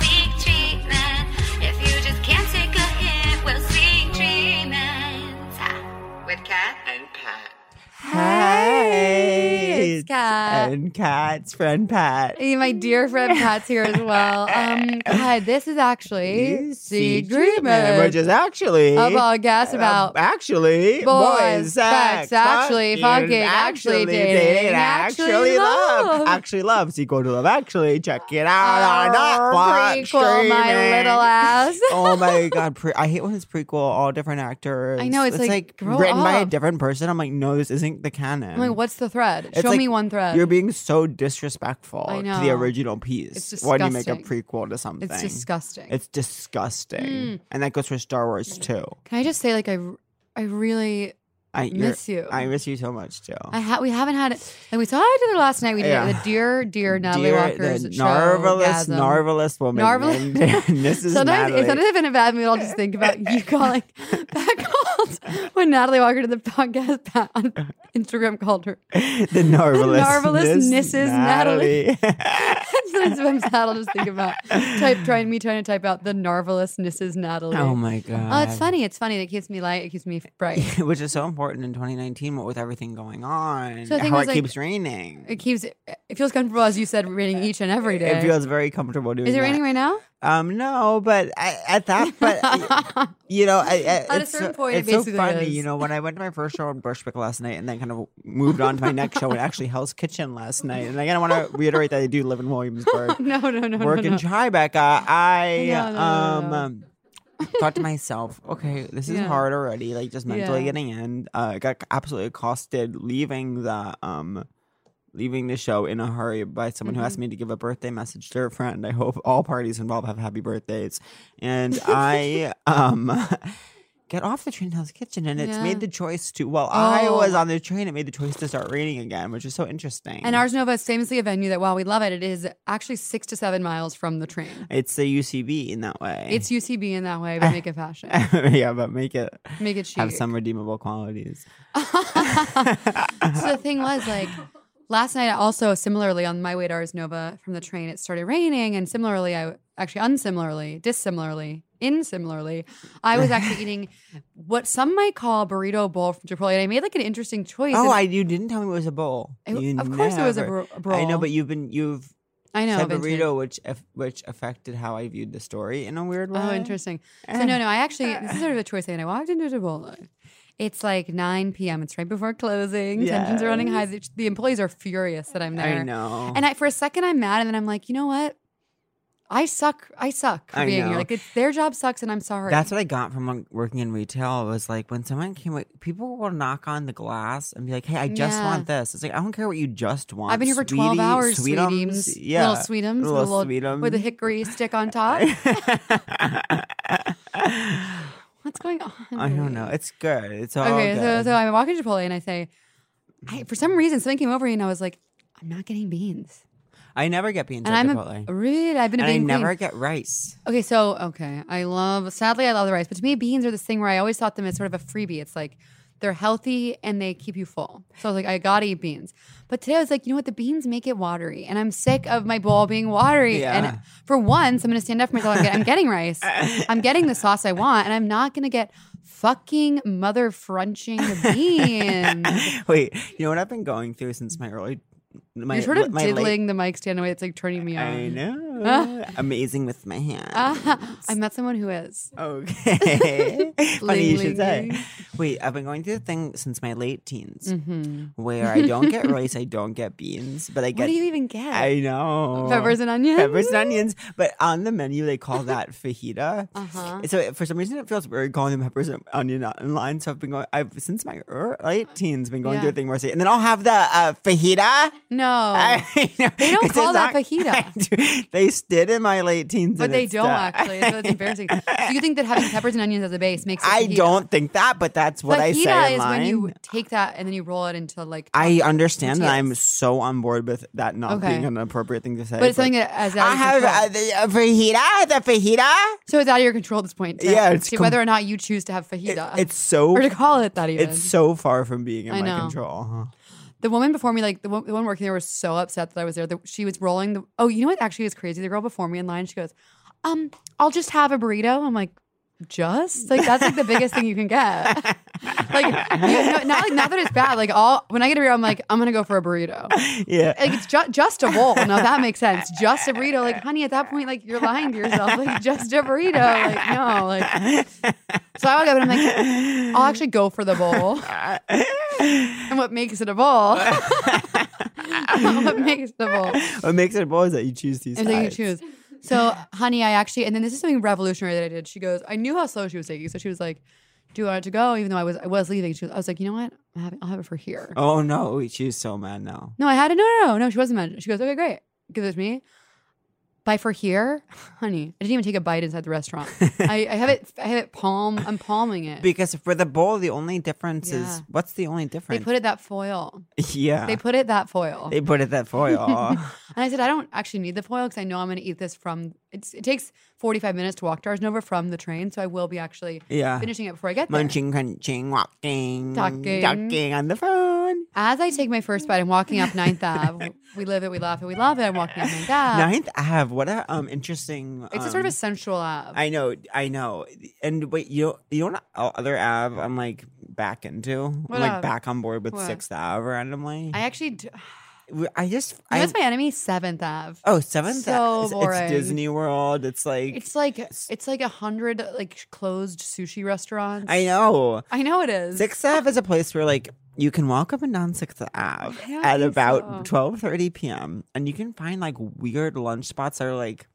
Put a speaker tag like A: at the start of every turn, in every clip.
A: Seek treatment if you just can't take a hint. Well, seek treatment Ha. with Kat and Pat.
B: Hey,
C: it's Kat.
B: and Kat's friend Pat.
C: Hey, my dear friend Pat's here as well. Um, God, this is actually Seed Dreamer,
B: which is actually um,
C: a
B: Uh,
C: podcast about
B: actually
C: boys,
B: boys, sex,
C: sex, actually
B: fucking,
C: fucking, actually dating,
B: and
C: actually
B: actually love.
C: love.
B: actually love, sequel to love, actually check it out on
C: our
B: Netflix
C: prequel, my
B: streaming.
C: little ass.
B: oh my god! Pre- I hate when it's prequel, all different actors.
C: I know, it's like, grow
B: written by a
C: up.
B: different person. I'm like, no, this isn't the canon.
C: I'm like, what's the thread?
B: Oh, It's
C: Show
B: like
C: me one thread.
B: You're being so disrespectful
C: Um, I
B: to the
C: know.
B: original piece
C: It's
B: when you make a
C: disgusting.
B: prequel to something.
C: it's disgusting.
B: It's disgusting.
C: Mm.
B: And that goes for Star Wars too.
C: Can I just say, like, I, r- I really
B: I you're-
C: miss you.
B: I miss you so much too.
C: I ha- we haven't had it. Like we saw each other last night. We did
B: Yeah.
C: the dear, dear Natalie
B: Dear-
C: Walker's
B: the narvelous,
C: showgasm.
B: narvelous woman. named
C: Narvel-
B: Mrs.
C: sometimes,
B: Natalie.
C: sometimes if in a bad mood, I'll just think about you calling that called when Natalie Walker did the podcast Pat on Instagram called her.
B: the narvelous,
C: narvelous
B: Miss
C: Mrs.
B: Natalie.
C: sometimes if I'm sad, I'll just think about type trying me trying to type out the narvelous Mrs. Natalie.
B: oh my god!
C: Oh, it's funny. It's funny. That keeps me light. It keeps me bright.
B: Which is so important in 2019, what with everything going on,
C: So I think
B: how
C: it
B: it
C: was, like,
B: keeps raining.
C: It keeps. It feels comfortable, as you said, reading each and every day.
B: It feels very comfortable doing.
C: Is it
B: that.
C: raining right now?
B: Um, no, but I, at that, but you know, I, I,
C: At a
B: it's
C: certain
B: so,
C: point, it
B: it's
C: basically
B: so funny.
C: is.
B: You know, when I went to my first show in Bushwick last night, and then kind of moved on to my next show in actually Hell's Kitchen last night, and again, I want to reiterate that I do live in Williamsburg,
C: no, no, no,
B: work
C: no,
B: in
C: no.
B: Tribeca. I
C: No, no, no,
B: um.
C: no.
B: um, Thought to myself, okay, this is
C: Yeah.
B: hard already. Like just mentally
C: Yeah.
B: getting in, uh, I got absolutely accosted leaving the um, leaving the show in a hurry by someone who asked
C: Mm-hmm.
B: me to give a birthday message to her friend. I hope all parties involved have happy birthdays. And I um get off the train to Hell's Kitchen and it's
C: Yeah.
B: made the choice to while I
C: Oh.
B: was on the train, it made the choice to start raining again, which is so interesting.
C: And Ars Nova is famously a venue that, while we love it, it is actually six to seven miles from the train.
B: it's the UCB in that way.
C: It's UCB in that way, but make it fashion,
B: yeah, but make it
C: make it chic.
B: have some redeemable qualities.
C: so the thing was like last night also similarly on my way to Ars Nova from the train it started raining and similarly I actually unsimilarly dissimilarly insimilarly I was actually eating what some might call a burrito bowl from Chipotle and I made like an interesting choice
B: Oh,
C: and
B: I you didn't tell me it was a bowl.
C: It-
B: You
C: of course it was a
B: never-
C: bur- a
B: I know,
C: brawl.
B: but you've been you've
C: I know
B: said
C: vintage.
B: burrito, which aff- which affected how I viewed the story in a weird way.
C: Oh, interesting.
B: Eh.
C: So no, no, I actually this is sort of a choice I made. I walked into Chipotle. It's like 9 p.m. It's right before closing. Tensions are running high. The the employees are furious that I'm there.
B: I know.
C: And I, for a second, I'm mad, and then I'm like, you know what? I suck. I suck for
B: I
C: being
B: know.
C: here. Like it's their job sucks, and I'm sorry.
B: That's what I got from like, working in retail. Was like when someone came, like, people will knock on the glass and be like, "Hey, I just
C: Yeah.
B: want this." It's like I don't care what you just want.
C: I've been here for 12
B: sweetie,
C: hours,
B: sweetums."
C: sweetums.
B: Yeah,
C: little sweetums, with a
B: little,
C: little with a hickory stick on top.
B: sweetums.
C: What's going on?
B: I don't know. It's good. It's all
C: Okay, so
B: good.
C: so I walk into Chipotle and I say, I, for some reason, something came over me, and I was like, I'm not getting beans,
B: I never get beans
C: and
B: at
C: I'm
B: Chipotle,
C: a really I've been a
B: and
C: bean
B: I
C: queen.
B: never get rice.
C: Okay, so okay, I love. Sadly, I love the rice, but to me, beans are this thing where I always thought them as sort of a freebie. It's like they're healthy and they keep you full. So I was like, I gotta eat beans. But today I was like, you know what? The beans make it watery, and I'm sick of my bowl being watery.
B: Yeah.
C: And for once, I'm gonna stand up for myself. I'm, get, I'm getting rice. I'm getting the sauce I want, and I'm not gonna get fucking mother frunching beans.
B: Wait, you know what I've been going through since my early, my
C: You're sort of
B: my late
C: diddling Ah. the mic stand away. It's like turning me on.
B: I know. Amazing with my hands.
C: I met someone who is.
B: Okay. Funny you should say.
C: Ling-ling-ling.
B: Wait, I've been going through the thing since my late teens where I don't get rice, I don't get beans, but I get.
C: Mm-hmm. What do you even get?
B: I know.
C: Peppers and onions?
B: Peppers and onions. But on the menu, they call that fajita. Uh-huh. So for some reason, it feels weird calling them peppers and onion online. So I've been going, I've since my ear- late teens, been going through
C: Yeah.
B: a thing where I say, and then I'll have the uh, fajita.
C: no.
B: I know.
C: They don't
B: It says
C: call that
B: on-
C: fajita.
B: I do. They wasted in my late teens.
C: But
B: and
C: they
B: it's
C: don't
B: done.
C: actually. So it's embarrassing. Do you think that having peppers and onions as a base makes it
B: I
C: fajita?
B: don't think that, but that's what I
C: fajita
B: say in
C: is
B: line.
C: when you Oh, take that and then you roll it into like.
B: I understand that I'm
C: Tortillas.
B: so on board with that not
C: Okay.
B: being an appropriate thing to say.
C: but it's something that as out
B: I
C: of
B: have
C: control.
B: uh, the uh, fajita, the fajita.
C: so it's out of your control at this point. To
B: Yeah, it's
C: see
B: com-
C: whether or not you choose to have
B: It-
C: fajita.
B: it's so
C: or to call it that even.
B: it's so far from being in
C: I
B: my
C: know.
B: control. huh?
C: the woman before me, like the one, the one working there, was so upset that I was there. The, she was rolling the. Oh, you know what? Actually, is crazy. The girl before me in line, she goes, "Um, I'll just have a burrito." I'm like, "Just like that's like the biggest thing you can get." like you know, not like not that it's bad. Like all when I get a burrito, I'm like, I'm gonna go for a burrito.
B: Yeah.
C: Like it's ju- just a bowl. Now that makes sense. Just a burrito. Like, honey, at that point, like you're lying to yourself. Like just a burrito. Like no. Like so I woke up and I'm like, I'll actually go for the bowl. And what makes it a bowl? what makes it a bowl?
B: what makes it bold is that you choose these.
C: And so you
B: sides.
C: choose. So, honey, I actually, and then this is something revolutionary that I did. She goes, I knew how slow she was taking, so she was like, "Do you want it to go?" Even though I was, I was leaving. She was, I was like, you know what? I'm having, I'll have it for here.
B: Oh no, she's so mad now.
C: No, I had it. No, no, no, no. She wasn't mad. She goes, okay, great. Give it to me. By for here, honey, I didn't even take a bite inside the restaurant. I, I have it. I have it palm. I'm palming it.
B: Because for the bowl, the only difference
C: Yeah.
B: is what's the only
C: they
B: difference?
C: put it that foil.
B: yeah,
C: They put it that foil.
B: Uh, They put it that foil.
C: And I said, I don't actually need the foil because I know I'm going to eat this from. It's, it takes 45 minutes to walk to Arznova from the train, so I will be actually
B: yeah,
C: finishing it before I get there.
B: munching, crunching, walking,
C: Talking.
B: talking on the phone.
C: As I take my first bite, I'm walking up 9th Ave. We live it, we laugh it, we love it. I'm walking up 9th Ave.
B: Ninth Ave. What a um interesting.
C: it's a
B: um,
C: sort of a central Ave.
B: I know, I know. And wait, you know, you know what other Ave I'm like back into?
C: What
B: I'm like
C: Ave?
B: back on board with
C: What?
B: Sixth Ave randomly.
C: I, actually, d-
B: I, I just I,
C: that's my enemy, 7th Ave.
B: oh Seventh
C: so
B: Ave. It's-
C: boring.
B: It's Disney World. It's like
C: It's like it's like a hundred like closed sushi restaurants.
B: I know
C: I know it is.
B: Sixth Ave is a place where like you can walk up and down Sixth Ave
C: I don't
B: at
C: think
B: about
C: so.
B: twelve thirty p.m. and you can find like weird lunch spots that are like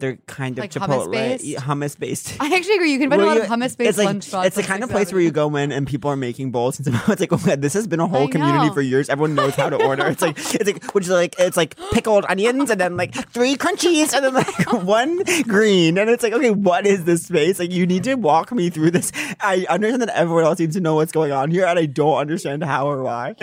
B: they're kind of
C: Like
B: Chipotle
C: hummus-based?
B: hummus based.
C: I actually agree. You can find a
B: Where
C: lot
B: you-
C: of hummus based
B: it's like,
C: lunch spots.
B: It's the
C: on
B: kind of
C: Sixth
B: place where
C: Avenue.
B: you go in and people are making bowls, and somehow it's like, oh my god, this has been a whole
C: I
B: community
C: know.
B: for years. Everyone knows how to order. It's like it's like which is like it's like pickled onions and then like three crunchies and then like one green, and it's like okay, what is this space? Like you need to walk me through this. I understand that everyone else seems to know what's going on here, and I don't understand how or why.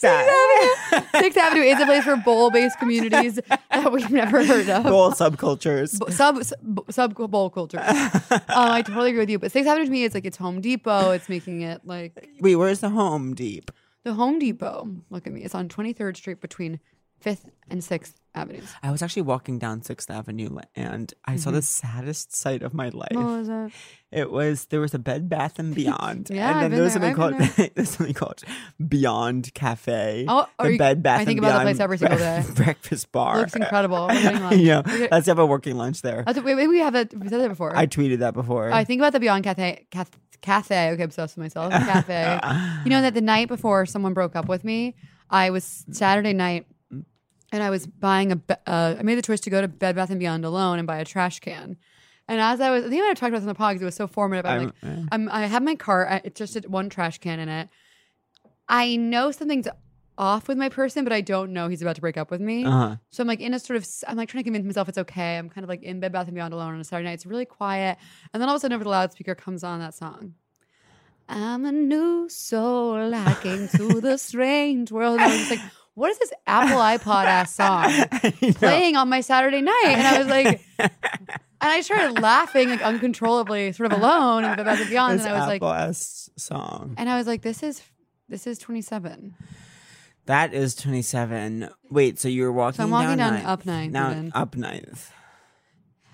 B: That
C: Sixth Avenue is a place for bowl based communities that we've never heard of.
B: bowl subcultures.
C: B- Sub, sub sub bowl culture. um, I totally agree with you. But Sixth Avenue to me is like it's Home Depot. It's making it like
B: Wait, where's the Home Deep?
C: the Home Depot. Look at me. It's on 23rd Street between 5th and 6th Avenues.
B: I was actually walking down Sixth Avenue and I saw the
C: Mm-hmm.
B: saddest sight of my life.
C: What was that?
B: It was there was a Bed Bath and Beyond,
C: Yeah,
B: and then
C: I've
B: there was
C: been
B: something
C: there,
B: called
C: I've
B: there's something called Beyond Cafe.
C: Oh, are
B: the
C: you-
B: Bed Bath.
C: I think
B: and
C: about that
B: Beyond
C: place every single day.
B: Breakfast bar
C: Looks incredible. We're getting lunch.
B: yeah,
C: We're getting-
B: let's have a working lunch there.
C: I thought- wait, wait, we have that. We said that before.
B: I tweeted that before.
C: Oh, I think about the Beyond Cafe. Cath- Cafe. Okay, obsessed with myself. Cafe. you know that the night before someone broke up with me, I was Saturday night, and I was buying a. be- Uh, I made the choice to go to Bed Bath and Beyond alone and buy a trash can. And as I was, I think I might have talked about this on the pod because it was so formative. I'm,
B: I'm-
C: like,
B: yeah.
C: I'm, I have my cart. I, it's just one trash can in it. I know something's off with my person, but I don't know he's about to break up with me.
B: Uh-huh.
C: So I'm like in a sort of, I'm like trying to convince myself it's okay. I'm kind of like in Bed Bath and Beyond alone on a Saturday night. It's really quiet, and then all of a sudden, over the loudspeaker comes on that song. I'm a new soul lacking to the strange world. And I was just like, what is this Apple iPod ass song
B: You know,
C: playing on my Saturday night? And I was like, and I started laughing like uncontrollably, sort of alone and Bed Bath and Beyond.
B: this
C: And I was
B: Apple
C: like,
B: ass song.
C: and I was like, this is this is 27.
B: That is twenty seven. Wait, so you were walking?
C: So I'm walking down,
B: ninth.
C: up ninth.
B: Now
C: even.
B: up ninth.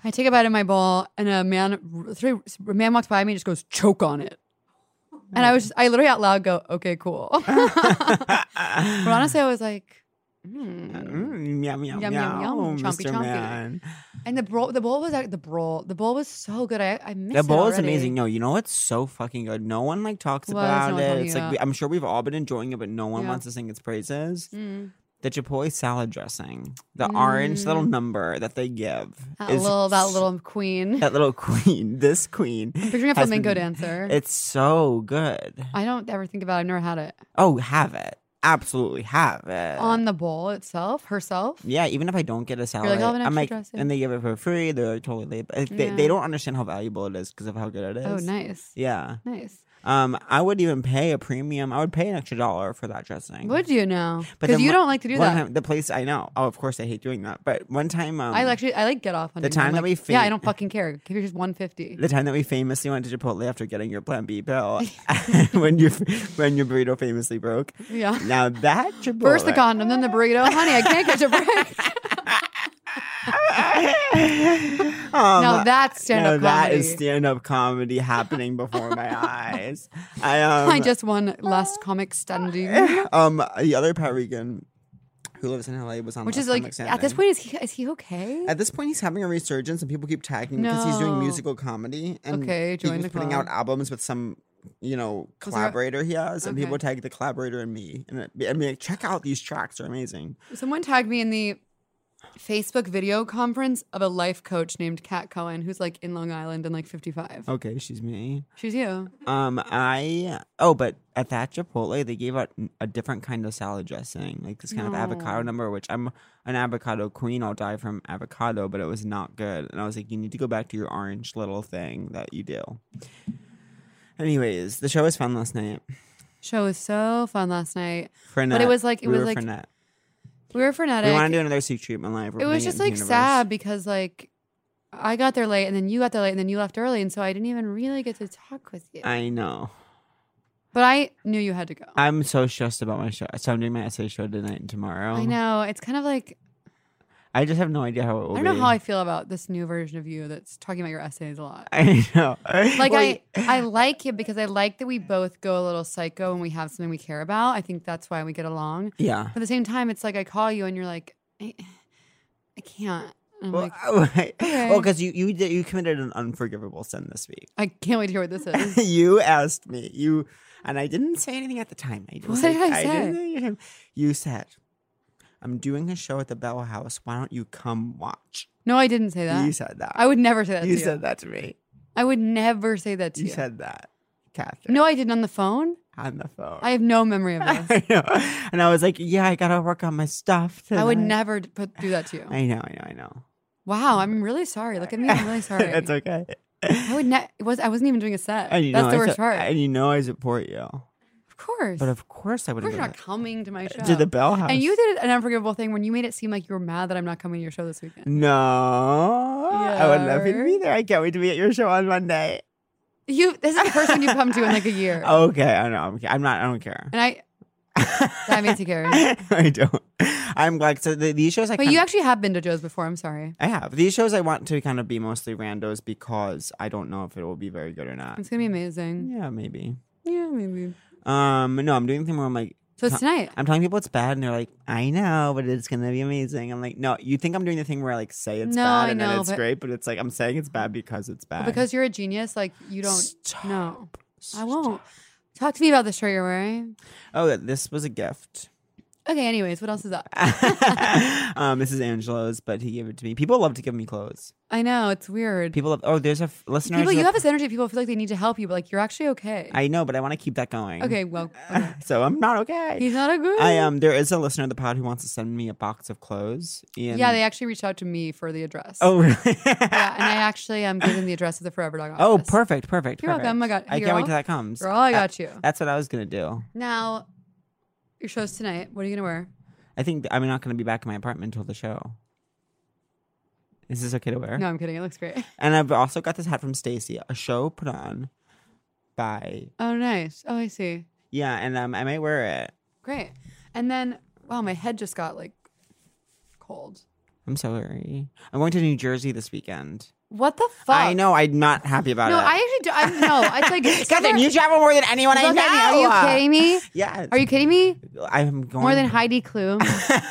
C: I take a bite of my bowl, and a man, three, a man walks by me and just goes, choke on it. And I was just, I literally out loud go, okay, cool. but honestly, I was like, hmm.
B: Mm, yum yum
C: Yum, yum, yum, chompy,
B: Mr.
C: chompy.
B: Man.
C: And the bowl, the bowl was like the bowl, the bowl was so good. I I missed
B: The
C: it
B: bowl is
C: already.
B: amazing. No, you know what's so fucking good? No one like talks
C: What is no
B: about
C: one
B: it.
C: talking
B: It's like we,
C: about?
B: I'm sure we've all been enjoying it, but no one
C: Yeah.
B: wants to sing its praises.
C: Mm.
B: The chipotle salad dressing, the orange little number that they give,
C: That
B: is
C: little, that
B: s-
C: little queen.
B: that little queen, this queen.
C: Picturing a
B: has
C: flamenco
B: been-
C: dancer.
B: It's so good.
C: I don't ever think about. it. I've never had it.
B: Oh, have it. absolutely have it.
C: on the bowl itself, herself.
B: yeah, even if I don't get a salad,
C: like, "I'll have an
B: I'm
C: extra
B: like,
C: dressing."
B: and they give it for free. They're like, totally late. But they,
C: Yeah.
B: they don't understand how valuable it is because of how good it is.
C: Oh, nice.
B: Yeah.
C: Nice.
B: Um, I would even pay a premium. I would pay an extra dollar for that dressing.
C: Would you know?
B: But
C: Because
B: then
C: you
B: one-
C: don't like to do
B: One
C: that.
B: time- the place I know. Oh, of course I hate doing that. But one time, um,
C: I actually I like get off on
B: the
C: doing that. I'm
B: time that
C: like,
B: we
C: Yeah, I
B: fin-
C: don't fucking care. Give me just one fifty.
B: the time that we famously went to Chipotle after getting your Plan B bill, when your when your burrito famously broke.
C: Yeah.
B: Now that Chipotle.
C: First the condom, then the burrito. Honey, I can't catch a break.
B: um,
C: now that's stand up
B: now that
C: comedy.
B: is stand-up comedy happening before my eyes. I um,
C: I just won last comic standing,
B: um the other Puerto Rican who lives in LA was on
C: which
B: Last
C: is like
B: Comic Standing.
C: at this point is he is he okay?
B: At this point, he's having a resurgence, and people keep tagging because he's doing
C: No.
B: musical comedy. And
C: Okay,
B: he
C: join
B: was
C: the
B: putting
C: club.
B: out albums with some, you know,
C: Was there a-
B: collaborator he has, and
C: Okay.
B: people tag the collaborator and me. And it, I mean, like, check out these tracks; they're amazing.
C: Someone tagged me in the Facebook video conference of a life coach named Kat Cohen, who's like in Long Island and like fifty five.
B: Okay, she's me.
C: She's you.
B: Um, I oh, but at that Chipotle, they gave out n- a different kind of salad dressing, like this kind of avocado
C: No.
B: number, which I'm an avocado queen. I'll die from avocado, but it was not good. And I was like, you need to go back to your orange little thing that you do. Anyways, the show was fun last night.
C: Show was so fun last night.
B: Frenette.
C: But it was like- it
B: we
C: was
B: were
C: like
B: Frenette.
C: We were frenetic.
B: We want to do another Seek Treatment Live. We're
C: it
B: putting
C: was just
B: in the
C: like
B: universe.
C: sad because like I got there late and then you got there late and then you left early and so I didn't even really get to talk with you.
B: I know.
C: but I knew you had to go. I,
B: I'm so stressed about my show. So I'm doing my essay show tonight and tomorrow.
C: know it's kind of like
B: I just have no idea how it will
C: I don't know
B: be.
C: how I feel about this new version of you that's talking about your essays a lot.
B: I know.
C: Like
B: Well,
C: I, I like it because I like that we both go a little psycho and we have something we care about. I think that's why we get along.
B: Yeah.
C: But at the same time, it's like I call you and you're like, I, I can't. And I'm
B: Well,
C: like,
B: I- well,
C: okay.
B: because you you did, you committed an unforgivable sin this week.
C: I can't wait to hear what this is.
B: you asked me you, and I didn't say anything at the time. I just
C: What
B: like,
C: did I
B: didn't
C: say?
B: say anything. You said, "I'm doing a show at the Bell House. Why don't you come watch?"
C: No, I didn't say that.
B: You said that.
C: I would never say that
B: you
C: to
B: said
C: you.
B: that to me.
C: I would never say that to
B: You
C: you.
B: said that, Catherine.
C: No, I didn't on the phone.
B: on the phone.
C: I have no memory of this.
B: I know. And I was like, "Yeah, I gotta work on my stuff."
C: I would
B: tonight."
C: never d- put do that to you.
B: I know. I know. I know.
C: Wow, I'm really sorry. Look at me, I'm really sorry.
B: That's okay.
C: I would ne- it was I wasn't even doing a set.
B: And you
C: That's
B: know,
C: the
B: I
C: worst
B: su-
C: part.
B: And you know, I support you.
C: of course,
B: But of course, I would
C: of course,
B: have
C: you're not coming to my show.
B: to the Bell House.
C: and you did an unforgivable thing when you made it seem like you were mad that I'm not coming to your show this weekend.
B: No, I would love you to be
C: Yeah.
B: there. I can't wait to be at your show on Monday.
C: You, this is the first one you've come to in like a year,
B: Okay, I know. I'm, I'm not. I don't care.
C: and I that makes you care.
B: I don't. I'm like so. The, these shows, I.
C: But
B: kind
C: you
B: of-
C: actually have been to Joe's before. I'm sorry.
B: I have these shows. I want to kind of be mostly randos because I don't know if it will be very good or not.
C: It's gonna be amazing.
B: Yeah, maybe.
C: Yeah, maybe.
B: Um, no, I'm doing the thing where I'm like,
C: So it's tonight.
B: I'm telling people it's bad, and they're like, I know, but it's gonna be amazing. I'm like, no, you think I'm doing the thing where I like say it's
C: No,
B: bad
C: I
B: and then
C: know,
B: it's
C: but-
B: great, but it's like I'm saying it's bad because it's bad.
C: Because you're a genius, like you don't.
B: Stop.
C: No, I won't. Talk to me about the shirt you're wearing.
B: Oh, this was a gift.
C: Okay, anyways, what else is up?
B: um, this is Angelo's, but he gave it to me. People love to give me clothes.
C: I know, it's weird.
B: People
C: People,
B: love. Oh, there's a f- listener. to
C: you
B: the-
C: have this energy, people feel like they need to help you, but like you're actually okay.
B: I know, but I want to keep that going.
C: okay, well, okay.
B: so I'm not okay.
C: he's not a good.
B: I um. There is a listener of the pod who wants to send me a box of clothes. And,
C: Yeah, they actually reached out to me for the address.
B: Oh really?
C: yeah, and I actually um, gave them the address of the Forever Dog office.
B: oh, perfect, perfect.
C: You're
B: perfect.
C: welcome. I got-
B: I
C: you're
B: can't wait
C: all-
B: till that comes.
C: Girl, I
B: Uh,
C: got you.
B: That's what I was gonna do.
C: Now, your show's tonight. What are you gonna wear?
B: I think th- I'm not gonna be back in my apartment until the show. Is this okay to wear?
C: No, I'm kidding. It looks great.
B: And I've also got this hat from Stacy, a show put on by
C: Oh, nice. Oh, I see.
B: yeah, and um, I might wear it.
C: Great. And then, wow, my head just got like cold.
B: I'm sorry. I'm going to New Jersey this weekend.
C: What the fuck?
B: I know. I'm not happy about
C: No,
B: it.
C: I actually do. I'm, no, it's like
B: Catherine, you travel more than anyone I
C: Look
B: know.
C: at me. Are you kidding me?
B: Yes.
C: Are you kidding me?
B: I'm going
C: More than Heidi Klum,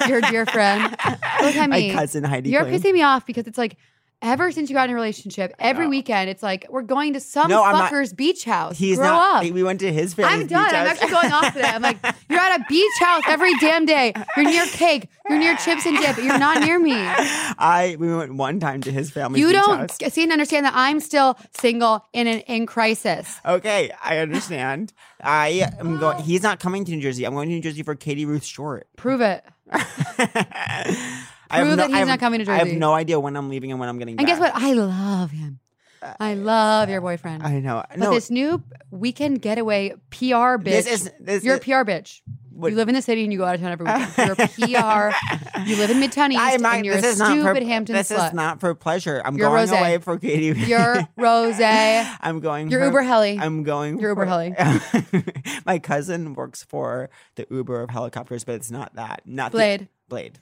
C: your dear friend. Look at
B: Um, My
C: me.
B: cousin Heidi
C: You're
B: Klum.
C: pissing me off because it's like ever since you got in a relationship, every
B: know.
C: weekend it's like we're going to some
B: No, I'm not-
C: fucker's beach house.
B: He's
C: Grow
B: not.
C: up.
B: We went to his family.
C: I'm done. I'm actually going off of that. I'm like, you're at a beach house every damn day. You're near cake. You're near chips and dip. You're not near me.
B: I we went one time to his family.
C: You
B: beach
C: don't
B: house.
C: seem to understand that I'm still single and in, in crisis.
B: Okay, I understand. I am going. He's not coming to New Jersey. I'm going to New Jersey for Katie Ruth Short.
C: Prove it.
B: I have
C: Prove that
B: I
C: he's
B: have-
C: not coming to
B: I have
C: Jersey.
B: no idea when I'm leaving and when I'm getting. back.
C: And guess what? I love him. I love your boyfriend.
B: Uh, I know.
C: but
B: no,
C: this new weekend getaway PR bitch.
B: this is this
C: you're a
B: is-
C: PR bitch.
B: what-
C: You live in the city and you go out of town every weekend. You're a PR. You live in Midtown East
B: I'm not-
C: and you're a
B: this is not
C: stupid
B: for,
C: Hampton
B: This
C: slut.
B: is not for pleasure. I'm
C: You're
B: going
C: Rosé.
B: away for Katie. Ruth.
C: You're Rose. You're
B: I'm going. for,
C: Uber Heli.
B: I'm going.
C: You're Uber
B: for-
C: Heli.
B: my cousin works for the Uber of helicopters, but it's not that. Not the-
C: Blade.
B: Blade.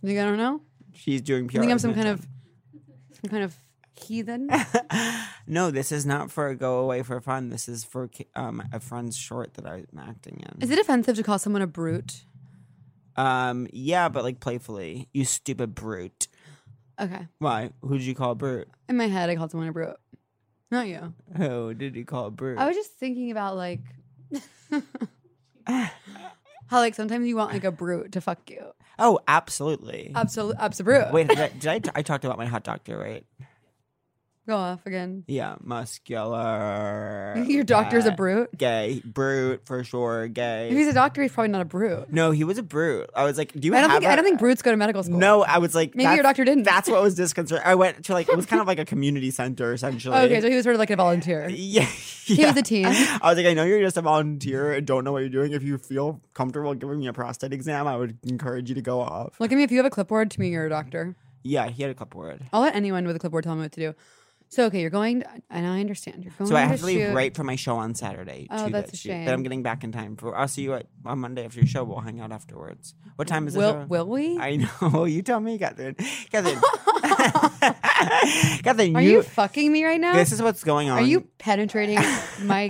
C: You think I don't know?
B: She's doing PR.
C: You think I'm
B: in
C: some kind
B: Midtown.
C: of some kind of heathen?
B: no, this is not for a go away for fun. This is for ki- um, a friend's short that I'm acting in.
C: Is it offensive to call someone a brute?
B: um, yeah, but like playfully. You stupid brute.
C: Okay.
B: Why? Who'd you call brute?
C: In my head, I called someone a brute. Not you.
B: Who did you call brute?
C: I was just thinking about like how like sometimes you want like a brute to fuck you.
B: oh, absolutely.
C: Absolute, absolute brute.
B: Wait, did I, did I t- I talked about my hot doctor, right?
C: Go off again.
B: Yeah, muscular.
C: Your doctor's a
B: fat,
C: brute.
B: Gay, brute for sure. Gay.
C: If he's a doctor, he's probably not a brute.
B: no, he was a brute. I was like, do you
C: I don't
B: have
C: think I
B: a-
C: don't think brutes go to medical school.
B: No, I was like,
C: Maybe
B: that's-
C: your doctor didn't.
B: That's what was disconcerting. I went to like it was kind of like a community center essentially.
C: Okay, so he was sort of like a volunteer.
B: yeah,
C: He
B: yeah.
C: was a teen.
B: I was like, I know you're just a volunteer and don't know what you're doing. If you feel comfortable giving me a prostate exam, I would encourage you to go off.
C: Look at me if you have a clipboard to me, you're a doctor.
B: Yeah, he had a clipboard.
C: I'll let anyone with a clipboard tell me what to do. So okay, you're going to, and I understand. You're going
B: So I
C: to
B: have to leave
C: shoot-
B: right for my show on Saturday.
C: Oh,
B: to
C: that's
B: that
C: a
B: shoot. But I'm
C: shame.
B: getting back in time for. I'll see you at, on Monday after your show. We'll hang out afterwards. What time is
C: Will
B: it?
C: will we?
B: I know. You tell me, Catherine. Catherine. Catherine,
C: Are you, fucking me right now?
B: This is what's going on.
C: Are you penetrating my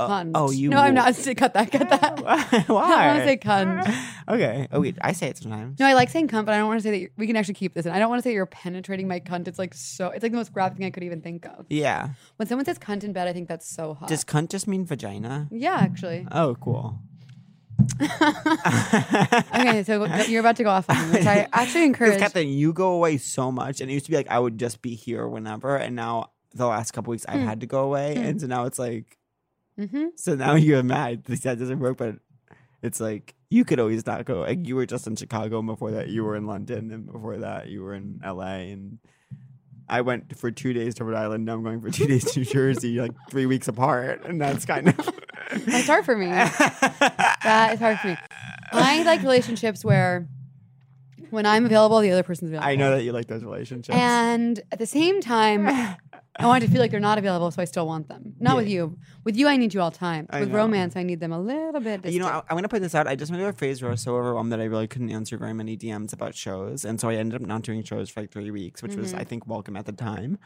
C: cunt?
B: oh, you
C: No, I'm
B: will.
C: not. Cut that. Cut that. I
B: Why?
C: don't want to say cunt.
B: okay. Oh wait, I say it sometimes.
C: No, I like saying cunt, but I don't want to say that. You're, we can actually keep this in. I don't want to say you're penetrating my cunt. It's like so. It's like the most graphic thing I could even think of.
B: Yeah.
C: When someone says cunt in bed, I think that's so hot.
B: Does cunt just mean vagina?
C: yeah, actually.
B: Oh, cool.
C: Okay, so go- you're about to go off on me, which I actually encourage.
B: Because Catherine, you go away so much, and it used to be like I would just be here whenever, and now the last couple weeks I've had to go away, and so now it's like,
C: hmm
B: so now you're mad that that doesn't work, but it's like you could always not go. Like you were just in Chicago, and before that you were in London, and before that you were in L.A. and I went for two days to Rhode Island. Now I'm going for two days to New Jersey, like three weeks apart, and that's kind of
C: That's hard for me. that is hard for me. I like relationships where when I'm available, the other person's available.
B: I know that you like those relationships.
C: And at the same time, I want to feel like they're not available, so I still want them. Not with
B: Yeah.
C: you. With you, I need you all the time.
B: I
C: with
B: know.
C: romance, I need them a little bit. Distant.
B: you know, I, I'm gonna put this out. I just went through a phase where I was so overwhelmed that I really couldn't answer very many DMs about shows, and so I ended up not doing shows for like three weeks, which was I think welcome at the time.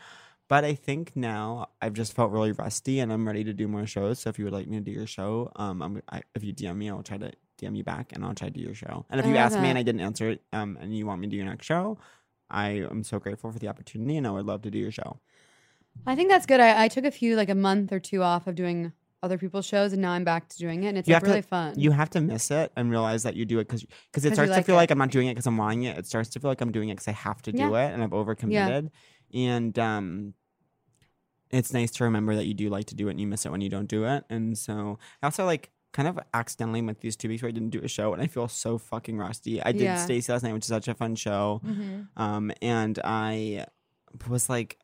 B: But I think now I've just felt really rusty, and I'm ready to do more shows. So if you would like me to do your show, um, I'm, I, if you DM me, I'll try to DM you back, and I'll try to do your show. And if
C: I
B: you ask
C: love
B: me and
C: that.
B: I didn't answer it, um, and you want me to do your next show, I am so grateful for the opportunity, and I would love to do your show.
C: I think that's good. I, I took a few, like a month or two off of doing other people's shows, and now I'm back to doing it, and it's
B: You
C: like
B: have to-
C: really fun.
B: You have to miss it and realize that you do it because because it
C: 'Cause you
B: starts to
C: like
B: feel
C: it.
B: like I'm not doing it because I'm wanting it. It starts to feel like I'm doing it because I have to do it and I've overcommitted. And um, it's nice to remember that you do like to do it and you miss it when you don't do it. And so I also like kind of accidentally went these two weeks where I didn't do a show and I feel so fucking rusty. I did
C: Yeah.
B: Stacey last night, which is such a fun show.
C: hmm
B: Um, and I was like,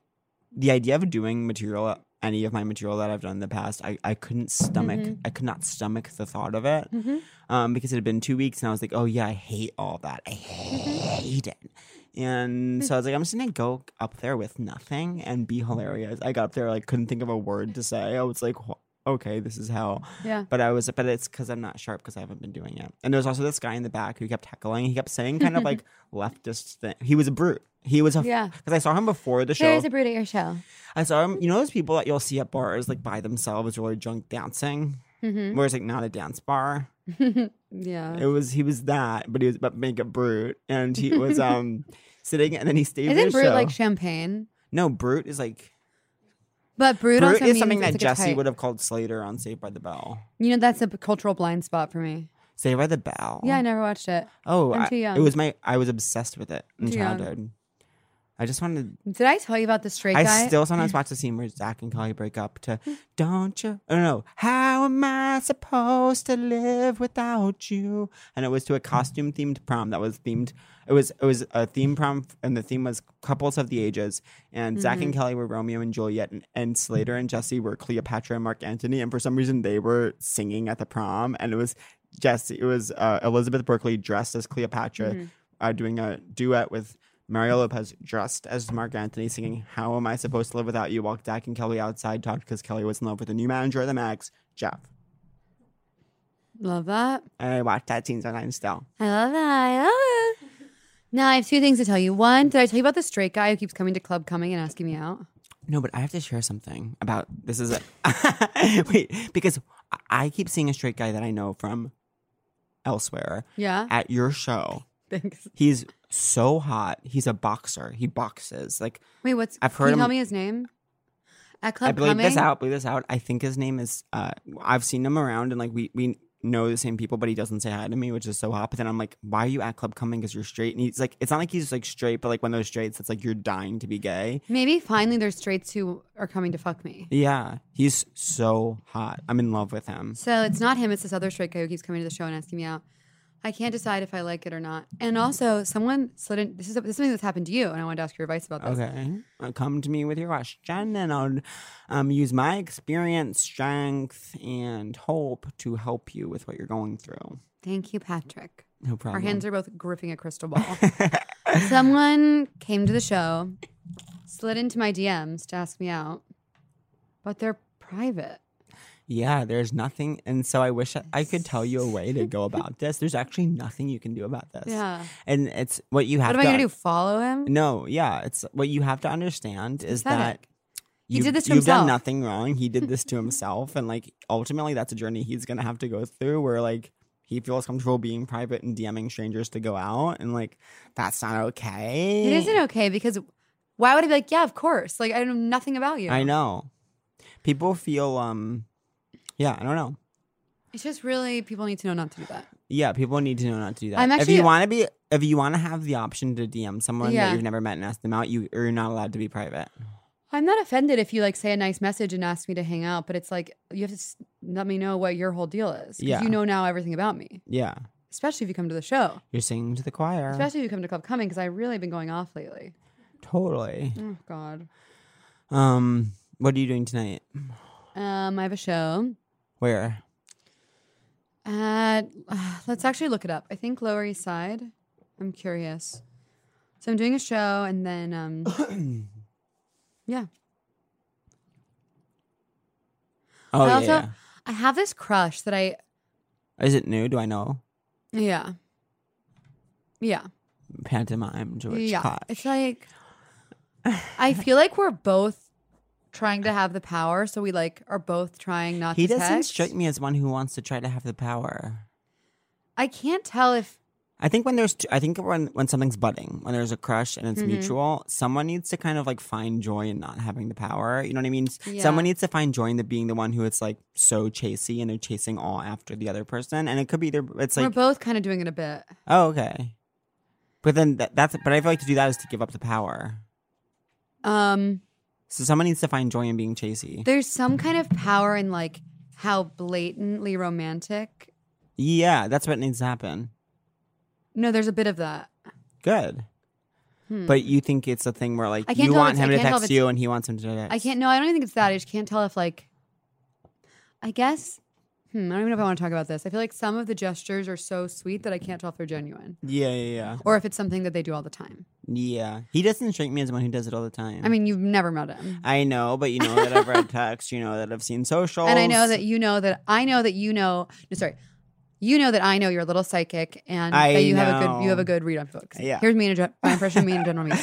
B: the idea of doing material, any of my material that I've done in the past, I, I couldn't stomach,
C: Mhm.
B: I could not stomach the thought of it
C: hmm
B: um, because it had been two weeks and I was like, oh yeah, I hate all that. I
C: Mm-hmm.
B: hate it. And so I was like, I'm just gonna go up there with nothing and be hilarious. I got up there, like, couldn't think of a word to say. I was like, wh- okay, this is hell.
C: Yeah.
B: But I was, but it's because I'm not sharp because I haven't been doing it. And there was also this guy in the back who kept heckling. He kept saying kind of like leftist thing. He was a brute. He was a,
C: Yeah.
B: Because I saw him before the show.
C: There's a brute at your show.
B: I saw him. You know those people that you'll see at bars like by themselves, really drunk dancing,
C: hmm
B: where it's like not a dance bar.
C: Yeah.
B: It was he was that, but he was about to make a brute, and he was um sitting, and then he stayed
C: Isn't
B: his
C: brut
B: show.
C: like champagne?
B: no, Brute is like
C: But brut,
B: Brute
C: also
B: is
C: means
B: something
C: it's
B: that
C: like a
B: Jesse
C: type.
B: would have called Slater on Saved by the Bell.
C: You know, that's a p- cultural blind spot for me.
B: Saved by the Bell.
C: Yeah, I never watched it.
B: Oh,
C: I'm
B: I-
C: too
B: it
C: young.
B: was my. I was obsessed with it in
C: Too young.
B: childhood. I just wanted.
C: Did I tell you about the straight guy?
B: I still sometimes watch the scene where Zach and Kelly break up to "Don't you?" Oh no, how am I supposed to live without you? And it was to a costume themed prom that was themed. It was it was a theme prom, and the theme was couples of the ages. And Zach and Kelly were Romeo and Juliet, and, and Slater and Jesse were Cleopatra and Mark Antony. And for some reason, they were singing at the prom, and it was Jesse. It was uh, Elizabeth Berkley dressed as Cleopatra, uh, doing a duet with Mario Lopez dressed as Mark Anthony singing "How Am I Supposed to Live Without You" while Dak and Kelly outside talked because Kelly was in love with the new manager of the Max, Jeff.
C: Love that.
B: And I watched that scene sometimes still.
C: I love that. I love it. Now I have two things to tell you. One, did I tell you about the straight guy who keeps coming to club coming and asking me out?
B: No, but I have to share something about this. Is a, wait because I- I keep seeing a straight guy that I know from elsewhere
C: Yeah.
B: at your show.
C: Thanks.
B: He's so hot. He's a boxer. He boxes like
C: Wait, what's
B: I've
C: can
B: heard
C: you tell
B: him-
C: me his name? At
B: I
C: Club
B: believe
C: Coming.
B: this out. Believe this out. I think his name is. Uh, I've seen him around, and like we we know the same people, but he doesn't say hi to me, which is so hot. But then I'm like, why are you at club coming? Because you're straight. And he's like, it's not like he's like straight, but like one of those straights that's like you're dying to be gay.
C: Maybe finally there's straights who are coming to fuck me.
B: Yeah, he's so hot. I'm in love with him.
C: So it's not him, it's this other straight guy who keeps coming to the show and asking me out. I can't decide if I like it or not. And also, someone slid in. This is, this is something that's happened to you, and I wanted to ask your advice about this.
B: Okay, Uh, come to me with your question, and I'll um, use my experience, strength, and hope to help you with what you're going through.
C: Thank you, Patrick.
B: No problem.
C: Our hands are both gripping a crystal ball. Someone came to the show, slid into my DMs to ask me out, but they're private.
B: Yeah, there's nothing. And so I wish I- I could tell you a way to go about this. There's actually nothing you can do about this.
C: Yeah.
B: And it's what you have
C: What am I
B: to
C: going to do? Follow him?
B: No, yeah. It's what you have to understand is that
C: pathetic. He
B: you-
C: did this to
B: you've done
C: himself.
B: nothing wrong. He did this to himself. And like ultimately that's a journey he's gonna have to go through where like he feels comfortable being private and DMing strangers to go out and like that's not okay.
C: It isn't okay because why would I be like, yeah, of course? Like, I know nothing about you.
B: I know. People feel um yeah, I don't know.
C: It's just really people need to know not to do that.
B: Yeah, people need to know not to do that.
C: I'm
B: if
C: actually-
B: you want to be, if you want to have the option to DM someone that
C: Yeah.
B: you've never met and ask them out, you you're not allowed to be private.
C: I'm not offended if you like say a nice message and ask me to hang out, but it's like you have to s- let me know what your whole deal is. 'cause
B: Yeah.
C: You know now everything about me,
B: Yeah,
C: especially if you come to the show,
B: you're singing to the choir.
C: especially if you come to Club Coming because I've really been going off lately.
B: Totally.
C: Oh, God.
B: Um, what are you doing tonight?
C: Um, I have a show
B: Where?
C: at, let's actually look it up. I think Lower East Side. I'm curious. So I'm doing a show and then, um, yeah.
B: Oh
C: I
B: yeah,
C: also,
B: yeah.
C: I have this crush that I,
B: Is it new? Do I know?
C: yeah. Yeah.
B: Pantomime to which
C: yeah.
B: caught.
C: It's like I feel like we're both trying to have the power, so we like are both trying not
B: he
C: to
B: doesn't
C: text.
B: strike me as one who wants to try to have the power.
C: I can't tell if
B: I think when there's, t- I think when when something's budding, when there's a crush and
C: Mm-hmm.
B: it's mutual, someone needs to kind of like find joy in not having the power. You know what I mean? S- Someone
C: Yeah.
B: needs to find joy in the being the one who it's like so chasey and they're chasing all after the other person. And it could be either it's
C: we're
B: like,
C: both kind of doing it a bit.
B: oh okay, but then that, that's but I feel like to do that is to give up the power.
C: Um
B: So someone needs to find joy in being chasey.
C: there's some kind of power in like how blatantly romantic.
B: yeah, that's what needs to happen.
C: No, there's a bit of that.
B: Good. But you think it's a thing where like
C: Hmm. I can't
B: you
C: tell if
B: want
C: it's- I
B: him to
C: can't tell if
B: text
C: it's-
B: you and he wants him to text.
C: I can't no, I don't even think it's that. I just can't tell if like I guess hmm, I don't even know if I want to talk about this. I feel like some of the gestures are so sweet that I can't tell if they're genuine.
B: Yeah, yeah, yeah.
C: Or if it's something that they do all the time.
B: Yeah, he doesn't strike me as one who does it all the time.
C: I mean, you've never met him.
B: I know, but you know that I've read texts, you know that I've seen socials,
C: And I know that you know that I know that you know. No, sorry, you know that I know you're a little psychic, and
B: I
C: that you have a good
B: know.
C: you have a good read on books.
B: Yeah.
C: Here's me in a, gen- my impression of me in a general meeting.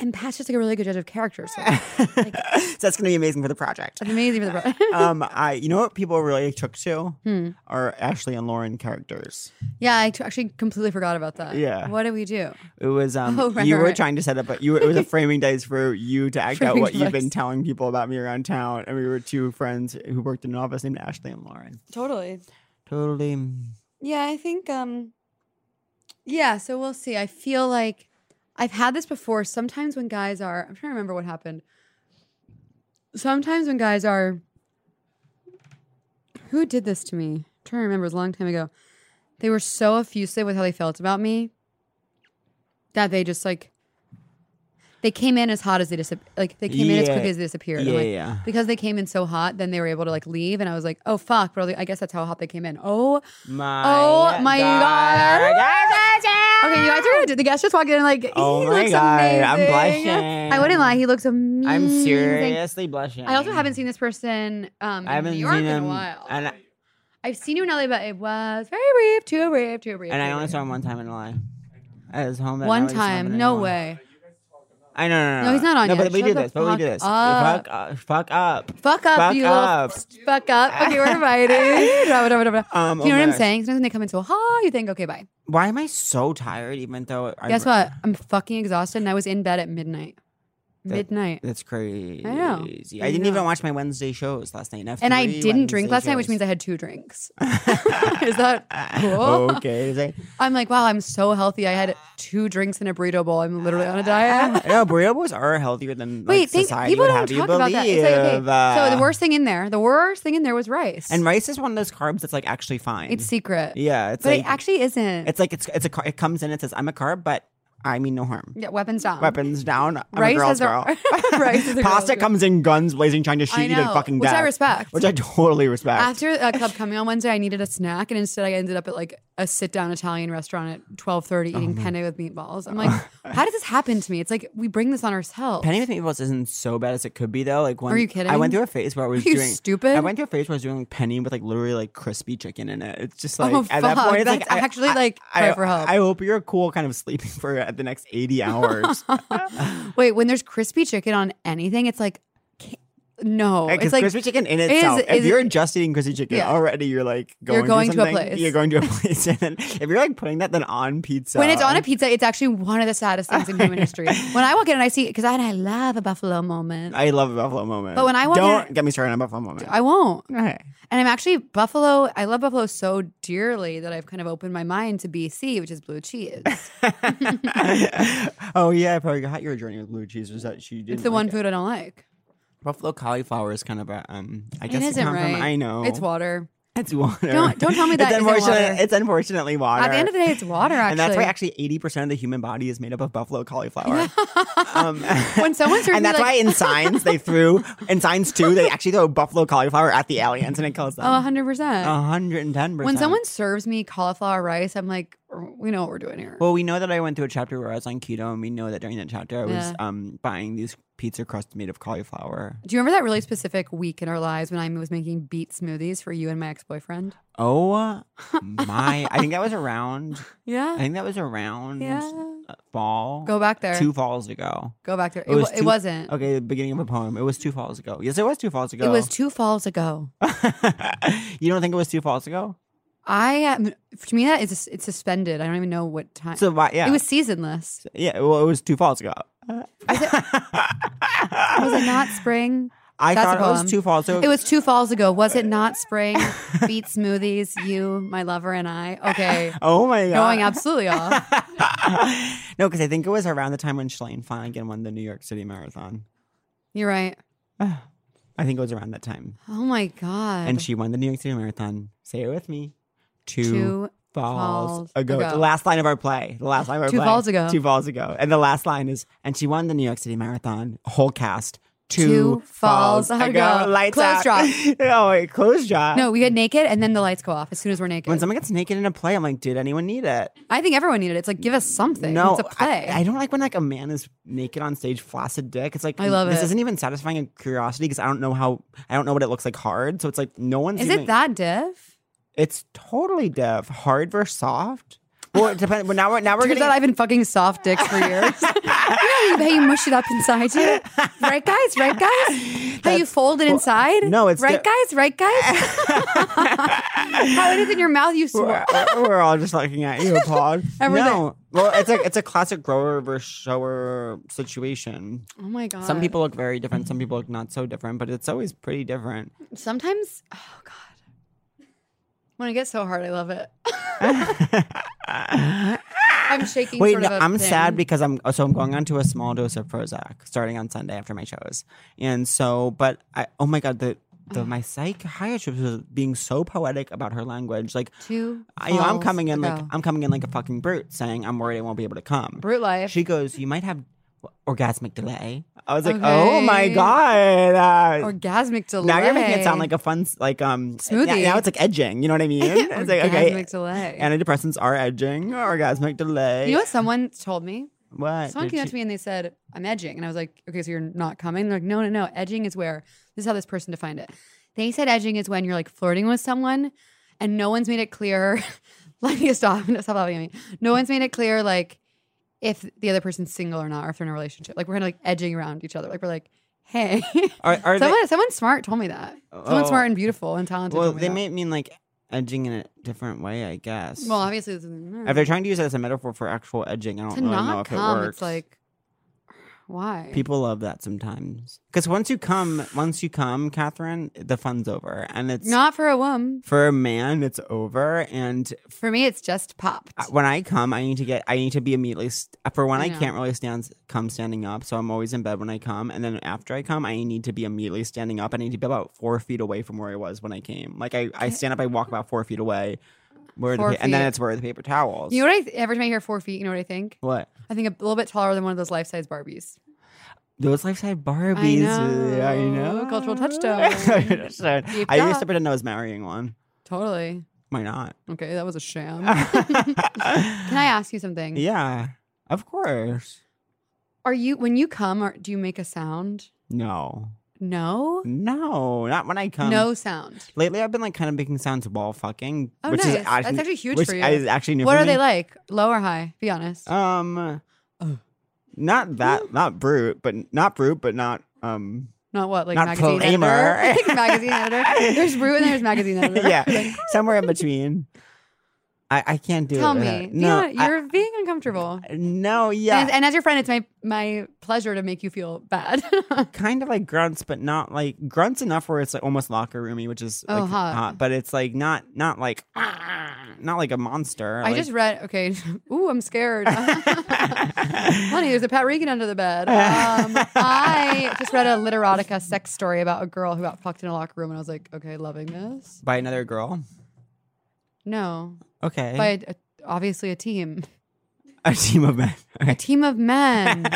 C: And Pat's just like a really good judge of character. So
B: so that's gonna be amazing for the project.
C: it's amazing for the bro-
B: um, I you know what people really took to
C: Hmm.
B: are Ashley and Lauren characters.
C: Yeah, I t- actually completely forgot about that.
B: Yeah.
C: What do we do?
B: It was um,
C: Oh, right,
B: you
C: right,
B: were
C: right.
B: trying to set up, a, you were, it was a framing dice for you to act out
C: Framing
B: what you've been
C: dice.
B: telling people about me around town, and we were two friends who worked in an office named Ashley and Lauren.
C: Totally.
B: Totally.
C: Oh Yeah, I think um Yeah, so we'll see. I feel like I've had this before. Sometimes when guys are I'm trying to remember what happened. Sometimes when guys are Who did this to me? I'm trying to remember, it was a long time ago. They were so effusive with how they felt about me that they just like they came in as hot as they disap- like they came in as
B: Yeah.
C: quick as they disappeared. I'm
B: Yeah,
C: like,
B: yeah.
C: because they came in so hot, then they were able to like leave, and I was like, oh fuck, bro, I guess that's how hot they came in. Oh,
B: My
C: Oh my God.
B: God.
C: okay, you guys are gonna do. The guest just walked in and like,
B: Oh
C: he
B: my
C: looks
B: God,
C: amazing.
B: I'm blushing.
C: I wouldn't lie, he looks amazing.
B: I'm seriously blushing.
C: I also haven't seen this person um, in
B: I haven't
C: New York
B: seen
C: in
B: him,
C: a while.
B: and I,
C: I've seen you in LA, but it was very brief, too brief, too brief.
B: and I
C: too
B: only
C: brief.
B: saw him one time in LA. At his home. that
C: one
B: night, I saw him
C: time.
B: in
C: No
B: LA.
C: way.
B: I know, no, no,
C: No, he's not on
B: no,
C: yet.
B: But we
C: Shut
B: do
C: the
B: this. But we do
C: fuck
B: this.
C: up.
B: Fuck up. Fuck up.
C: Fuck up,
B: Fuck
C: you
B: up.
C: little fuck up. Okay, we're invited. Drop it, drop it, drop it.
B: Um,
C: Do you
B: oh
C: know
B: my
C: what I'm
B: gosh.
C: saying? Sometimes when they come in so hot, you think, okay, bye.
B: Why am I so tired? Even though I,
C: Guess what? I'm fucking exhausted, and I was in bed at midnight.
B: That-
C: Midnight.
B: That's crazy. I
C: know. I
B: didn't
C: know.
B: even watch my Wednesday shows last night.
C: And I didn't drink last night, which means I had two drinks. Is that cool?
B: okay? Is that-
C: I'm like, wow, I'm so healthy. I had two drinks and a burrito bowl. I'm literally on a diet.
B: no, burritos are healthier than like,
C: Wait, think
B: society
C: people
B: would
C: don't
B: have you
C: talk about that. It's like, okay,
B: believe, uh,
C: so the worst thing in there, the worst thing in there was rice.
B: and rice is one of those carbs that's like actually fine.
C: it's secret.
B: yeah, it's
C: but
B: like
C: it actually isn't.
B: it's like it's it's a car- it comes in. It says I'm a carb, but I mean no harm.
C: yeah, weapons down.
B: Weapons down. I'm
C: Rice
B: a girl's
C: is a-
B: girl.
C: Rice is a girl's
B: Pasta
C: girl.
B: comes in guns blazing, trying to shoot
C: I
B: you to
C: know,
B: fucking
C: which I
B: death,
C: respect.
B: which I totally respect.
C: After a club coming on Wednesday, I needed a snack, and instead I ended up at like a sit-down Italian restaurant at 12:30 eating penne with meatballs. I'm like, how did this happen to me? It's like we bring this on ourselves.
B: Penny with meatballs isn't so bad as it could be though. Like when
C: Are you
B: I
C: kidding?
B: went through a phase where I was
C: you
B: doing
C: stupid?
B: I went through a phase where I was doing like penny with like literally like crispy chicken in it. It's just like
C: Oh,
B: at that
C: fuck.
B: point, it's,
C: That's
B: like I-
C: actually,
B: I-
C: like,
B: I,
C: cry for help.
B: I hope you're cool, kind of sleeping for uh, the next eighty hours.
C: Wait, when there's crispy chicken on anything, it's like, ca- no,
B: Because
C: it's like
B: crispy chicken in
C: it
B: itself,
C: is-
B: if
C: is-
B: you're just eating crispy chicken
C: Yeah.
B: already, you're like going
C: You're going to
B: through
C: a
B: something.
C: place.
B: You're going to a place, and then if you're like putting that then on pizza,
C: when it's on a pizza, it's actually one of the saddest things in human history. When I walk in and I see, because I, and I love a buffalo moment, I,
B: I love a buffalo moment.
C: But when I want
B: don't
C: it-
B: get me started on buffalo moment.
C: won't.
B: okay.
C: And I'm actually buffalo. I love buffalo so dearly that I've kind of opened my mind to BC, which is blue cheese.
B: oh yeah, I probably got your journey with blue cheese. Was that she did?
C: It's the one food I don't like.
B: Buffalo cauliflower is kind of a um. I
C: It
B: guess it
C: isn't
B: come
C: right.
B: From, I know
C: It's water.
B: It's water.
C: Don't- don't tell me that
B: It's
C: isn't
B: unfortunately,
C: water.
B: it's unfortunately water.
C: At the end of the day, it's water. Actually,
B: and that's why actually eighty percent of the human body is made up of buffalo cauliflower. um,
C: when someone serves
B: and
C: me
B: that's
C: like,
B: why in signs they threw in signs too they actually throw buffalo cauliflower at the aliens and it kills
C: oh,
B: them.
C: 100 percent.
B: hundred and ten percent.
C: When someone serves me cauliflower rice, I'm like, we know what we're doing here.
B: Well, we know that I went through a chapter where I was on keto, and we know that during that chapter I was
C: Yeah.
B: um buying these pizza crust made of cauliflower.
C: Do you remember that really specific week in our lives when I was making beet smoothies for you and my ex boyfriend?
B: Oh my! I think that was around. I
C: Yeah.
B: think that was around
C: Yeah.
B: uh, fall.
C: Go back there.
B: two falls ago.
C: Go back there. It,
B: It was
C: wa-
B: two-
C: it wasn't.
B: Okay, the beginning of a poem. It was two falls ago. Yes, it was two falls ago.
C: It was two falls ago.
B: you don't think it was two falls ago?
C: I am, to me that is it's suspended. I don't even know what time.
B: So why? Yeah,
C: It was seasonless.
B: yeah. Well, it was two falls ago.
C: Was it not spring?
B: I
C: That's
B: thought
C: a
B: it was
C: poem.
B: two falls ago.
C: It was two falls ago. Was it not spring? Beet smoothies, you, my lover, and I. Okay.
B: Oh my god!
C: Going absolutely off.
B: no, because I think it was around the time when Schlein Flanagan won the New York City Marathon.
C: You're right.
B: I think it was around that time,
C: Oh my God.
B: and she won the New York City Marathon. Say it with me. Two,
C: Two
B: falls,
C: falls
B: ago.
C: ago.
B: The last line of our play. The last line of our
C: Two
B: play.
C: falls ago.
B: Two falls ago. And the last line is, and she won the New York City Marathon. Whole cast. Two,
C: Two
B: falls,
C: falls
B: ago.
C: ago.
B: Lights
C: Close
B: out.
C: drop.
B: oh, wait, close drop.
C: no, we get naked and then the lights go off as soon as we're naked.
B: When someone gets naked in a play, I'm like, did anyone need it?
C: I think everyone needed it. It's like, give us something.
B: No,
C: It's a play.
B: I, I don't like when like a man is naked on stage, flaccid dick. It's like
C: I love
B: this
C: it.
B: is isn't even satisfying a curiosity because I don't know how I don't know what it looks like hard. So it's like no one's.
C: Is
B: even-
C: it that diff?
B: It's totally deaf. Hard versus soft. Well, it depends. But now we're now we're
C: Turns
B: getting
C: out I've been fucking soft dicks for years. You know how you mush it up inside you? Right, guys? Right, guys? How you fold it inside?
B: no, it's
C: right,
B: di-
C: guys? Right, guys? how it is in your mouth, you
B: we're,
C: swear.
B: we're all just looking at you, applaud.
C: Everything.
B: No, well, it's like it's a classic grower versus shower situation.
C: Oh my God.
B: Some people look very different. Some people look not so different, but it's always pretty different.
C: Sometimes, oh God. When I get so hard, I love it. I'm shaking.
B: Wait,
C: sort
B: no,
C: of a
B: I'm sad
C: thing.
B: because I'm so I'm going on to a small dose of Prozac starting on Sunday after my shows, and so but I oh my god the. The, my psychiatrist was being so poetic about her language. Like,
C: Two
B: I, you know, I'm
C: falls
B: coming in
C: to
B: like
C: go.
B: I'm coming in like a fucking brute, saying I'm worried I won't be able to come.
C: brute life.
B: She goes, "You might have orgasmic delay." I was like,
C: Okay.
B: "Oh my god!" Uh,
C: orgasmic delay.
B: now you're making it sound like a fun s- like um
C: Smoothie.
B: Now, now it's like edging. You know what I mean?
C: orgasmic
B: It's like okay,
C: delay.
B: antidepressants are edging, orgasmic delay.
C: you know what someone told me?
B: what?
C: Someone
B: did
C: came up
B: she-
C: to me and they said, I'm edging. And I was like, okay, so you're not coming? They're like, no, no, no. Edging is where, this is how this person defined it. They said edging is when you're like flirting with someone and no one's made it clear. Let me stop. Stop laughing at me. No one's made it clear, like, if the other person's single or not, or if they're in a relationship. Like, we're kind of like edging around each other. Like, we're like, hey.
B: Are, are they,
C: someone, someone smart told me that. Someone
B: Oh.
C: smart and beautiful and talented.
B: well,
C: told me
B: they
C: that.
B: may mean like edging in a different way, I guess.
C: Well, obviously, it's,
B: if they're trying to use it as a metaphor for actual edging, I don't
C: to
B: really know
C: not
B: if it
C: come,
B: works.
C: it's like, why?
B: People love that sometimes because once you come, once you come, Catherine, the fun's over, and it's
C: not for a wom.
B: for a man. It's over, and
C: For me, it's just popped.
B: I- when I come, I need to get, I need to be immediately. St- for one, I,
C: know.
B: can't really stand come standing up, so I'm always in bed when I come, and then after I come, I need to be immediately standing up. I need to be about four feet away from where I was when I came. Like I, I stand up, I walk about four feet away, where the
C: Four
B: pa- and then
C: feet.
B: it's where the paper towels.
C: You know what I th- every time I hear four feet, you know what I think?
B: what?
C: I think a little bit taller than one of those life size Barbies.
B: Those life-size Barbies. uh, I
C: know.
B: know.
C: Cultural touchdown.
B: Touchdown.
C: Deep
B: I used
C: cut.
B: to pretend I was marrying one.
C: Totally.
B: Why not?
C: Okay, that was a sham. Can I ask you something?
B: yeah, of course.
C: Are you when you come? Or do you make a sound?
B: No,
C: No,
B: no, not when I come.
C: no sound.
B: Lately, I've been like kind of making sounds while fucking.
C: Oh,
B: which
C: nice.
B: is
C: That's actually huge
B: which
C: for you.
B: Is actually new
C: What
B: for
C: are
B: me.
C: they like? Low or high? Be honest.
B: Um, not that, not brute, but not brute, but not um.
C: not what like
B: not
C: magazine
B: Flamer.
C: editor. like magazine editor. There's Rue and there's magazine editor.
B: yeah, somewhere in between. I I can't do
C: Tell
B: it.
C: me.
B: with that.
C: Be
B: no,
C: hon-
B: I-
C: you're being uncomfortable.
B: no, yeah,
C: And, as, and as your friend, it's my my pleasure to make you feel bad.
B: kind of like grunts, but not like grunts enough where it's like almost locker roomy, which is
C: Oh,
B: like,
C: hot.
B: but it's like not not like "Ah," not like a monster.
C: I
B: like-
C: just read. Okay, ooh, I'm scared. Honey, there's a Pat Regan under the bed. Um, I just read a literotica sex story about a girl who got fucked in a locker room, and I was like, okay, loving this.
B: by another girl.
C: No,
B: Okay,
C: by a, obviously a team,
B: a team of men. Okay.
C: team of men.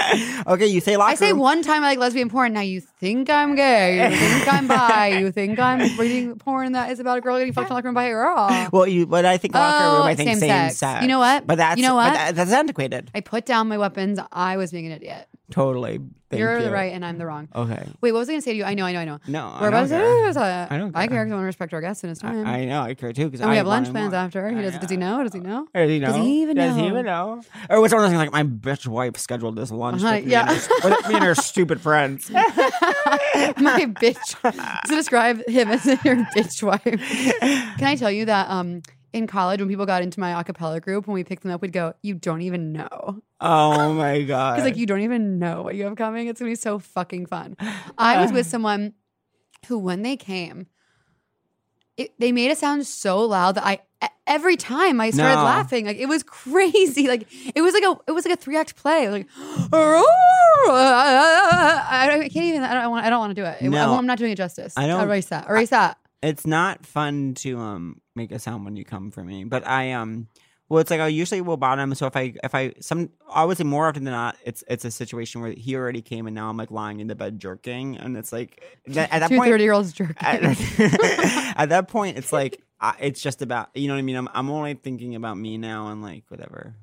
B: okay, you say locker
C: I say
B: room.
C: one time I like lesbian porn. Now you think I'm gay. You think I'm bi. You think I'm reading porn that is about a girl getting fucked in a locker room by a girl.
B: Well, you, but I think locker room.
C: Oh,
B: I think
C: same
B: same,
C: sex.
B: sex.
C: You know what?
B: But that's
C: You know what?
B: But that, that's antiquated.
C: I put down my weapons. I was being an idiot.
B: Totally. Thank
C: You're
B: you.
C: the right and I'm the wrong.
B: Okay.
C: Wait, what was I going to say to you? I know, I know, I know.
B: No,
C: We're
B: I
C: about
B: don't
C: to say,
B: care.
C: I
B: I don't
C: I care
B: care.
C: because uh, I want to respect our guest and his time.
B: I, I know. I care too. Because
C: Um, and we have lunch plans after. He does, does he know? Does he know?
B: Does he know?
C: Does he even
B: Does
C: know?
B: he even know? Or what's one of those things like my bitch wife scheduled this lunch
C: Uh-huh,
B: with me,
C: yeah.
B: and her, s- with me and her stupid friends.
C: My bitch. to describe him as your bitch wife. Can I tell you that um, in college, when people got into my a cappella group, when we picked them up, we'd go, You don't even know.
B: Oh my god!
C: Because like you don't even know what you have coming. It's gonna be so fucking fun. I was with someone who, when they came, it, they made it sound so loud that I e- every time I started
B: No.
C: laughing. Like it was crazy. Like it was like a it was like a three act play. Like I don't- I can't even. I don't want. I don't want to do it. I
B: No.
C: won't- I'm not doing it justice.
B: I don't-
C: erase that. Erase that.
B: it's not fun to um make a sound when you come for me but i um well it's like i usually will bottom so if i if i some i would say more often than not it's it's a situation where he already came and now i'm like lying in the bed jerking and it's like that, at that
C: Two
B: point
C: thirty year olds jerking.
B: at, at that point it's like I, it's just about you know what i mean I'm, I'm only thinking about me now and like whatever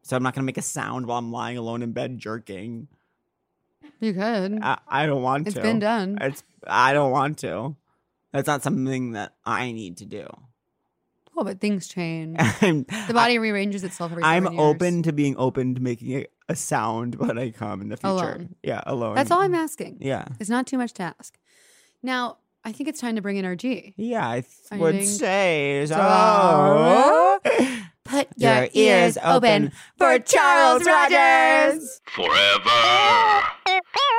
B: so i'm not gonna make a sound while i'm lying alone in bed jerking
C: you could.
B: i, I don't want
C: It's
B: to
C: been done.
B: it's I don't want to. That's not something that I need to do.
C: Well, Oh, but things change.
B: I'm,
C: The body rearranges itself every.
B: I'm
C: seven years.
B: open to being open to making a, a sound when I come in the future.
C: Alone.
B: Yeah, alone.
C: That's all I'm asking.
B: Yeah.
C: It's not too much to ask. Now, I think it's time to bring in our G.
B: Yeah, I th-
C: Finding
B: would say so.
C: Dora. Put
B: Your ears open for Charles Rogers.
D: Forever.